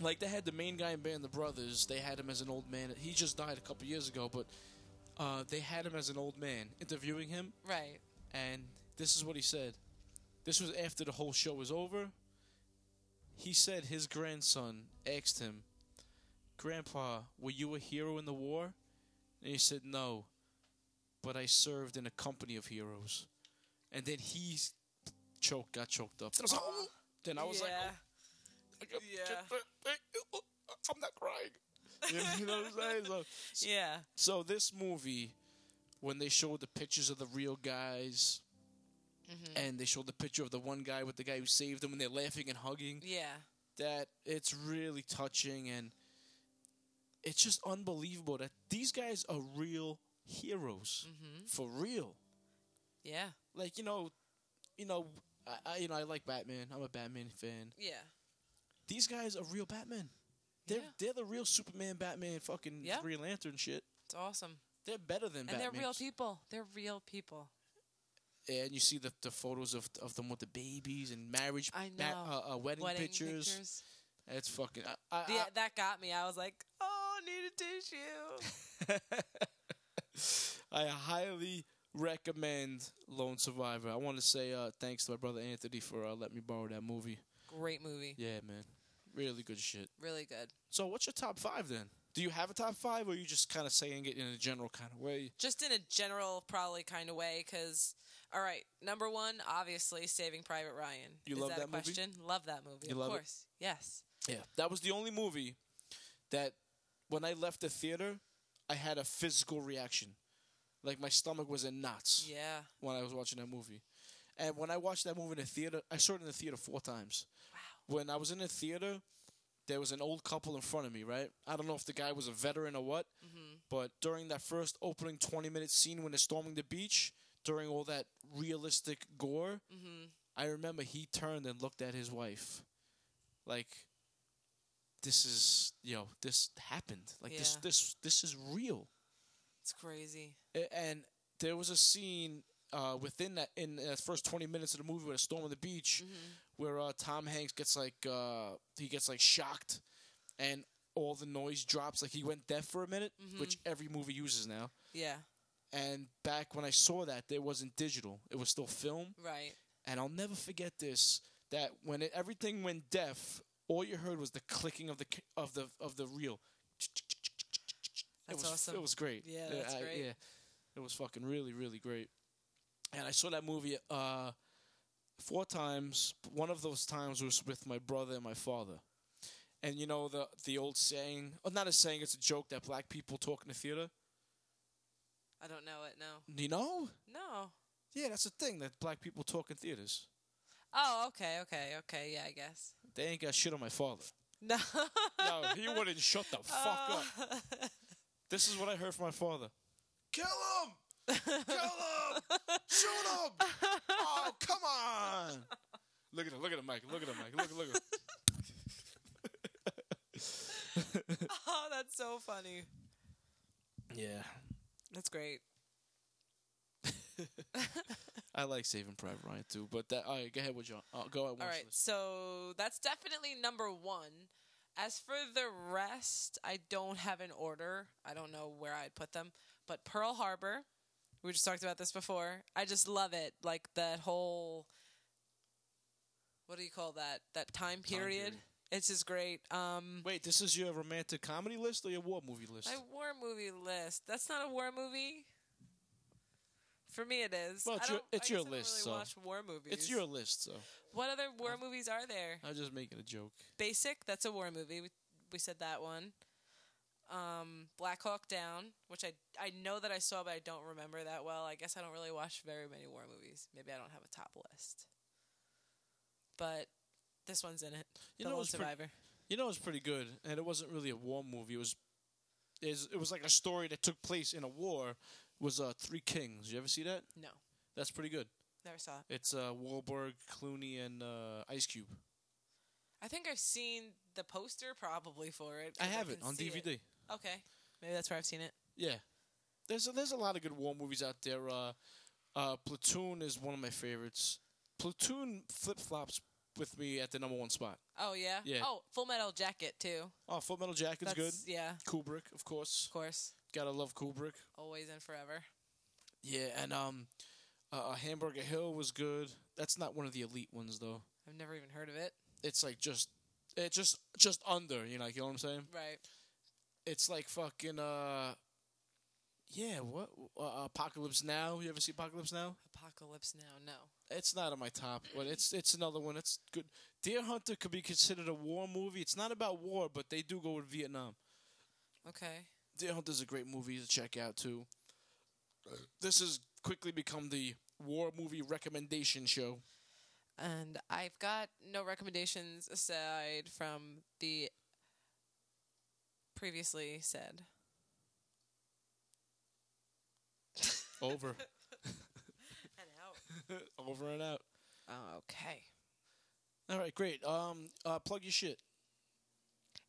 Speaker 2: Like they had the main guy in Band of Brothers. They had him as an old man. He just died a couple years ago, but uh, they had him as an old man interviewing him,
Speaker 1: right
Speaker 2: and this is what he said. This was after the whole show was over. He said his grandson asked him, "Grandpa, were you a hero in the war?" And he said, "No, but I served in a company of heroes." And then he s- choked, got choked up. Then I was like, "Oh!" Then I was like,
Speaker 1: yeah.
Speaker 2: "Oh,
Speaker 1: Yeah.
Speaker 2: uh, I'm not crying. You know what I'm saying? So,
Speaker 1: yeah
Speaker 2: so this movie, when they showed the pictures of the real guys,
Speaker 1: Mm-hmm.
Speaker 2: and they showed the picture of the one guy with the guy who saved them, and they're laughing and hugging,
Speaker 1: yeah
Speaker 2: that it's really touching, and it's just unbelievable that these guys are real heroes for real.
Speaker 1: Mm-hmm. yeah
Speaker 2: Like you know, you know, I, I you know I like Batman. I'm a Batman fan.
Speaker 1: yeah
Speaker 2: These guys are real Batman. They're
Speaker 1: Yeah.
Speaker 2: they're the real Superman, Batman, fucking
Speaker 1: Yeah.
Speaker 2: Green Lantern shit.
Speaker 1: It's awesome.
Speaker 2: They're better than
Speaker 1: And
Speaker 2: Batman.
Speaker 1: they're real people. They're real people.
Speaker 2: and you see the, the photos of of them with the babies and marriage,
Speaker 1: I
Speaker 2: ma-
Speaker 1: know.
Speaker 2: uh, uh, wedding,
Speaker 1: Wedding
Speaker 2: pictures.
Speaker 1: pictures.
Speaker 2: It's fucking. I, I,
Speaker 1: The- that got me. I was like, oh, I need a tissue.
Speaker 2: I, I highly recommend Lone Survivor. I want to say uh, thanks to my brother Anthony for uh, letting me borrow that movie.
Speaker 1: Great movie.
Speaker 2: Yeah, man, really good shit.
Speaker 1: Really good.
Speaker 2: So, what's your top five then? Do you have a top five, or are you just kind of saying it in a general kind of way?
Speaker 1: Just in a general, probably kind of way, because, all right, number one, obviously, Saving Private Ryan.
Speaker 2: You
Speaker 1: Is
Speaker 2: love
Speaker 1: that, a
Speaker 2: that movie?
Speaker 1: question? Love that movie.
Speaker 2: You
Speaker 1: of
Speaker 2: love it?
Speaker 1: course. Yes.
Speaker 2: Yeah, that was the only movie that when I left the theater, I had a physical reaction. Like my stomach was in knots
Speaker 1: Yeah.
Speaker 2: when I was watching that movie. And when I watched that movie in the theater, I saw it in the theater four times. Wow. When I was in the theater, there was an old couple in front of me, right? I don't know if the guy was a veteran or what,
Speaker 1: Mm-hmm.
Speaker 2: But during that first opening 20 minute scene when they're storming the beach, during all that realistic gore,
Speaker 1: Mm-hmm.
Speaker 2: I remember he turned and looked at his wife. Like, this is, yo, this happened. Like, this,
Speaker 1: Yeah.
Speaker 2: this, this is real.
Speaker 1: It's crazy.
Speaker 2: A- and there was a scene uh, within that in the first 20 minutes of the movie with a storm on the beach
Speaker 1: Mm-hmm.
Speaker 2: where uh, Tom Hanks gets like uh, he gets like shocked and all the noise drops like he went deaf for a minute which every movie uses now
Speaker 1: Yeah.
Speaker 2: and back when I saw that there wasn't digital it was still film
Speaker 1: Right.
Speaker 2: and I'll never forget this that when it, everything went deaf all you heard was the clicking of the ca- of the of the reel
Speaker 1: That's
Speaker 2: it was,
Speaker 1: awesome.
Speaker 2: It was great.
Speaker 1: Yeah, that's
Speaker 2: I-
Speaker 1: great.
Speaker 2: yeah, it was fucking really, really great. And I saw that movie uh, four times. but One of those times was with my brother and my father. And you know the the old saying, oh, not a saying, it's a joke that black people talk in the theater.
Speaker 1: I don't know it. No.
Speaker 2: You know?
Speaker 1: No.
Speaker 2: Yeah, that's the thing that black people talk in theaters.
Speaker 1: Oh, okay, okay, okay. Yeah, I guess.
Speaker 2: They ain't got shit on my father.
Speaker 1: No.
Speaker 2: No, he wouldn't shut the fuck
Speaker 1: Uh.
Speaker 2: up. This is what I heard from my father. Kill him!
Speaker 1: Oh.
Speaker 2: Kill him! Shoot him! Oh, come on! Look at him! Look at him, Mike! Look at him, Mike! Look! Look at him!
Speaker 1: oh, that's so funny.
Speaker 2: Yeah,
Speaker 1: That's great.
Speaker 2: I like Saving Private Ryan too, but that. All right, go ahead with John. Uh, go ahead.
Speaker 1: All right, so that's definitely number one. As for the rest, I don't have an order. I don't know where I'd put them, but Pearl Harbor. We just talked about this before. I just love it. Like that whole. What do you call that? That time period.
Speaker 2: period.
Speaker 1: It's just great. Um,
Speaker 2: Wait, this is your romantic comedy list or your war movie list?
Speaker 1: My war movie list. That's not a war movie. For me, it is.
Speaker 2: Well, it's
Speaker 1: I
Speaker 2: your-
Speaker 1: don't- I
Speaker 2: it's
Speaker 1: guess
Speaker 2: your
Speaker 1: I don't
Speaker 2: list,
Speaker 1: really
Speaker 2: so-
Speaker 1: watch war movies.
Speaker 2: it's your Uh-huh. list, so
Speaker 1: What other war movies are there?
Speaker 2: I'm just making a joke.
Speaker 1: Basic. That's a war movie. We, we said that one. Um, Black Hawk Down, which I I know that I saw, but I don't remember that well. I guess I don't really watch very many war movies. Maybe I don't have a top list. But this one's in it. the
Speaker 2: You know
Speaker 1: Lone
Speaker 2: what's pretty-
Speaker 1: Survivor.
Speaker 2: You know, it's pretty good, and it wasn't really a war movie. It was, is it was like a story that took place in a war. Was uh, Three Kings? You ever see that?
Speaker 1: no,
Speaker 2: That's pretty good.
Speaker 1: never saw it.
Speaker 2: It's uh, Wahlberg, Clooney, and uh, Ice Cube.
Speaker 1: I think I've seen the poster probably for it.
Speaker 2: I
Speaker 1: 'cause
Speaker 2: have it
Speaker 1: can
Speaker 2: on
Speaker 1: see
Speaker 2: DVD.
Speaker 1: Okay. Maybe that's where I've seen it.
Speaker 2: Yeah, there's a, there's a lot of good war movies out there. Uh, uh, Platoon is one of my favorites. Platoon flip flops with me at the number one spot.
Speaker 1: Oh yeah.
Speaker 2: Yeah.
Speaker 1: Oh, Full Metal Jacket too.
Speaker 2: Oh, Full Metal Jacket's
Speaker 1: That's
Speaker 2: good.
Speaker 1: Yeah,
Speaker 2: Kubrick, of course.
Speaker 1: of course.
Speaker 2: Gotta love Kubrick.
Speaker 1: Always and forever.
Speaker 2: Yeah, and um, uh, uh, Hamburger Hill was good. That's not one of the elite ones though.
Speaker 1: I've never even heard of it.
Speaker 2: It's like just, it just just under. You know, like, you know what I'm saying?
Speaker 1: Right.
Speaker 2: It's like fucking uh. Yeah, what uh, Apocalypse Now? You ever see Apocalypse Now?
Speaker 1: Apocalypse Now. No.
Speaker 2: It's not on my top, but it's it's another one. It's good. Deer Hunter could be considered a war movie. It's not about war, but they do go with Vietnam.
Speaker 1: Okay.
Speaker 2: Deer Hunter's a great movie to check out too. This has quickly become the war movie recommendation show.
Speaker 1: And I've got no recommendations aside from the previously said.
Speaker 2: Over,
Speaker 1: And out.
Speaker 2: over and out.
Speaker 1: Oh, okay.
Speaker 2: All right, great. Um, uh, plug your shit.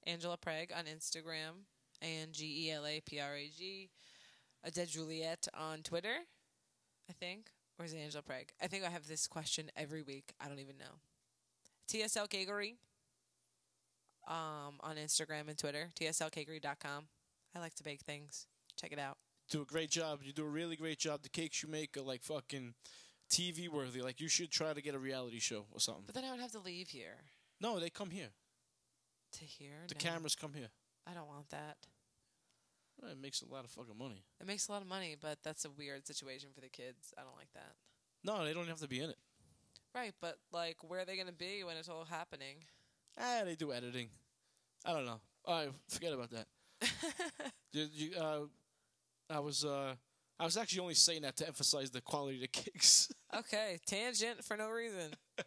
Speaker 1: Angela Preg on Instagram, A N G E L A P R A G, Ade Juliet on Twitter, I think. Or is it Angela Preg? I think I have this question every week. I don't even know. TSL Cagery um, on Instagram and Twitter, tslcagery.com. I like to bake things. Check it out.
Speaker 2: Do a great job. You do a really great job. The cakes you make are like fucking TV worthy. Like you should try to get a reality show or something.
Speaker 1: But then I would have to leave here
Speaker 2: No, they come here.
Speaker 1: to hear.
Speaker 2: The
Speaker 1: No,
Speaker 2: cameras come here.
Speaker 1: I don't want that.
Speaker 2: Well, It makes a lot of fucking money.
Speaker 1: It makes a lot of money, but that's a weird situation for the kids. I don't like that.
Speaker 2: No, they don't have to be in it.
Speaker 1: Right, but like, where are they going to be when it's all happening?
Speaker 2: Ah, they do editing. I don't know. I forget about that. You, you, uh, I was uh, I was actually only saying that to emphasize the quality of the cakes.
Speaker 1: Okay, tangent for no reason.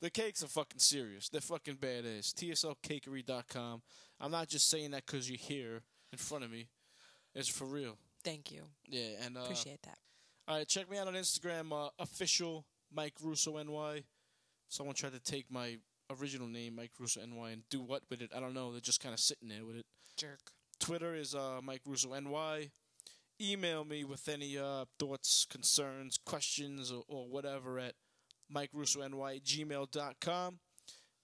Speaker 2: the cakes are fucking serious. They're fucking badass. TSLCakery.com. I'm not just saying that because you're here in front of me. It's for real.
Speaker 1: Thank you.
Speaker 2: Yeah, and uh,
Speaker 1: Appreciate that.
Speaker 2: all right, check me out on Instagram, uh, official Mike Russo NY. Someone tried to take my original name, Mike Russo NY, and do what with it? I don't know. They're just kind of sitting there with it.
Speaker 1: Jerk.
Speaker 2: Twitter is uh, Mike Russo NY. Email me with any uh, thoughts, concerns, questions, or, or whatever at Mike Russo NY gmail.com.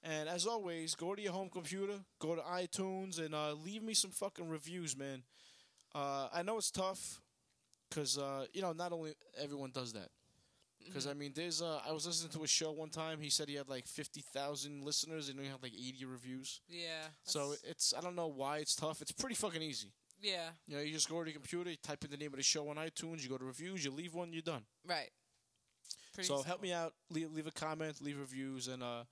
Speaker 2: And as always, go to your home computer, go to iTunes, and uh, leave me some fucking reviews, man. Uh, I know it's tough because, uh, you know, not only everyone does that.
Speaker 1: Mm-hmm.
Speaker 2: Because, I mean, there's, uh, I was listening to a show one time. He said he had like 50,000 listeners and he had like 80 reviews.
Speaker 1: Yeah.
Speaker 2: So
Speaker 1: that's-
Speaker 2: it's, I don't know why it's tough. It's pretty fucking easy.
Speaker 1: yeah.
Speaker 2: You know, you just go to the computer, you type in the name of the show on iTunes, you go to reviews, you leave one, you're done.
Speaker 1: Right. Pretty
Speaker 2: so help me out. Leave, leave a comment, leave reviews, and uh,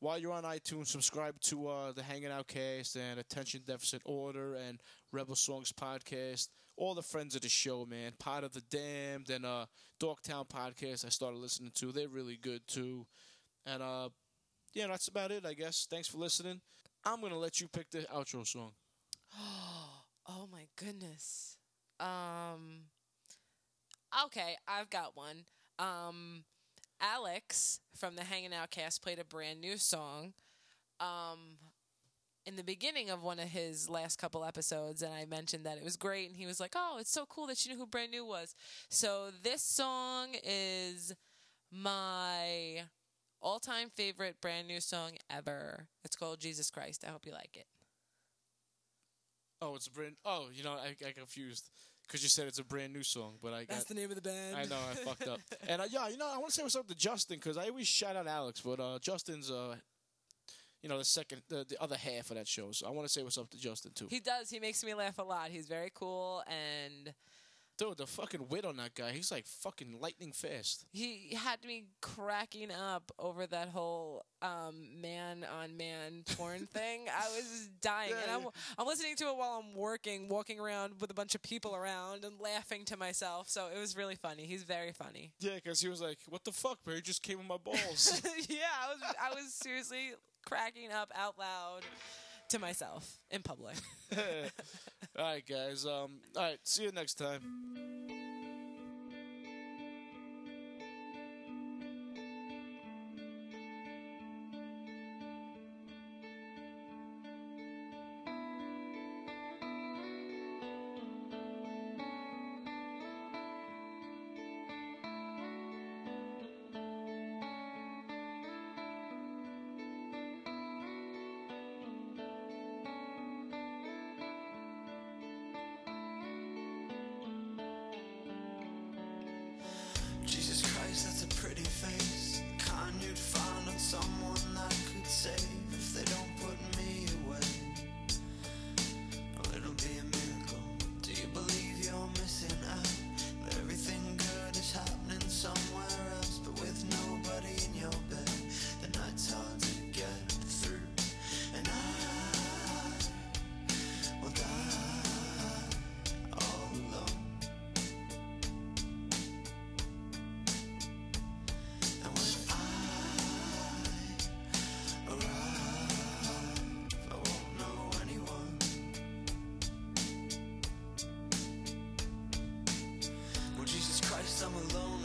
Speaker 2: while you're on iTunes, subscribe to uh, the Hanging Out Cast and Attention Deficit Order and Rebel Songs Podcast. All the friends of the show, man. Pot of the Damned and uh, Dorktown Podcast. I started listening to. They're really good too. And uh, yeah, that's about it, I guess. Thanks for listening. I'm gonna let you pick the outro song.
Speaker 1: oh my goodness. Um Okay, I've got one. Um Alex from the Hanging Out cast played a brand new song. Um in the beginning of one of his last couple episodes and I mentioned that it was great and he was like, "Oh, it's so cool that you knew who Brand New was." So this song is my all-time favorite brand new song ever. It's called Jesus Christ. I hope you like it.
Speaker 2: Oh, it's a brand. Oh, you know, I, I confused because you said it's a brand new song, but I got
Speaker 1: the name of the band.
Speaker 2: I know I fucked up. And uh, yeah, you know, I want to say what's up to Justin because I always shout out Alex, but uh, Justin's, uh, you know, the second, the, the other half of that show. So I want to say what's up to Justin too.
Speaker 1: He does. He makes me laugh a lot. He's very cool, and
Speaker 2: Dude, the fucking wit on that guy, he's like fucking lightning fast.
Speaker 1: he had me cracking up over that whole um, man on man porn thing. I was just dying,
Speaker 2: Yeah,
Speaker 1: and I'm
Speaker 2: yeah.
Speaker 1: I'm listening to it while I'm working, walking around with a bunch of people around, and laughing to myself. So it was really funny. He's very funny.
Speaker 2: Yeah, because he was like, "What the fuck, man? You just came on my balls."
Speaker 1: yeah, I was I was seriously cracking up out loud to myself in public.
Speaker 2: all right, guys. Um, all right. See you next time.
Speaker 3: Jesus Christ, that's a pretty face. Kind you'd find on someone that could save if they don't put me away. Well, it'll be a miracle. Do you believe you're missing out? That everything good is happening somewhere else, but with nobody in your bed. The night's hard to get through. And I will die all alone. And when I arrive, I won't know anyone. Well, Jesus Christ, I'm alone oh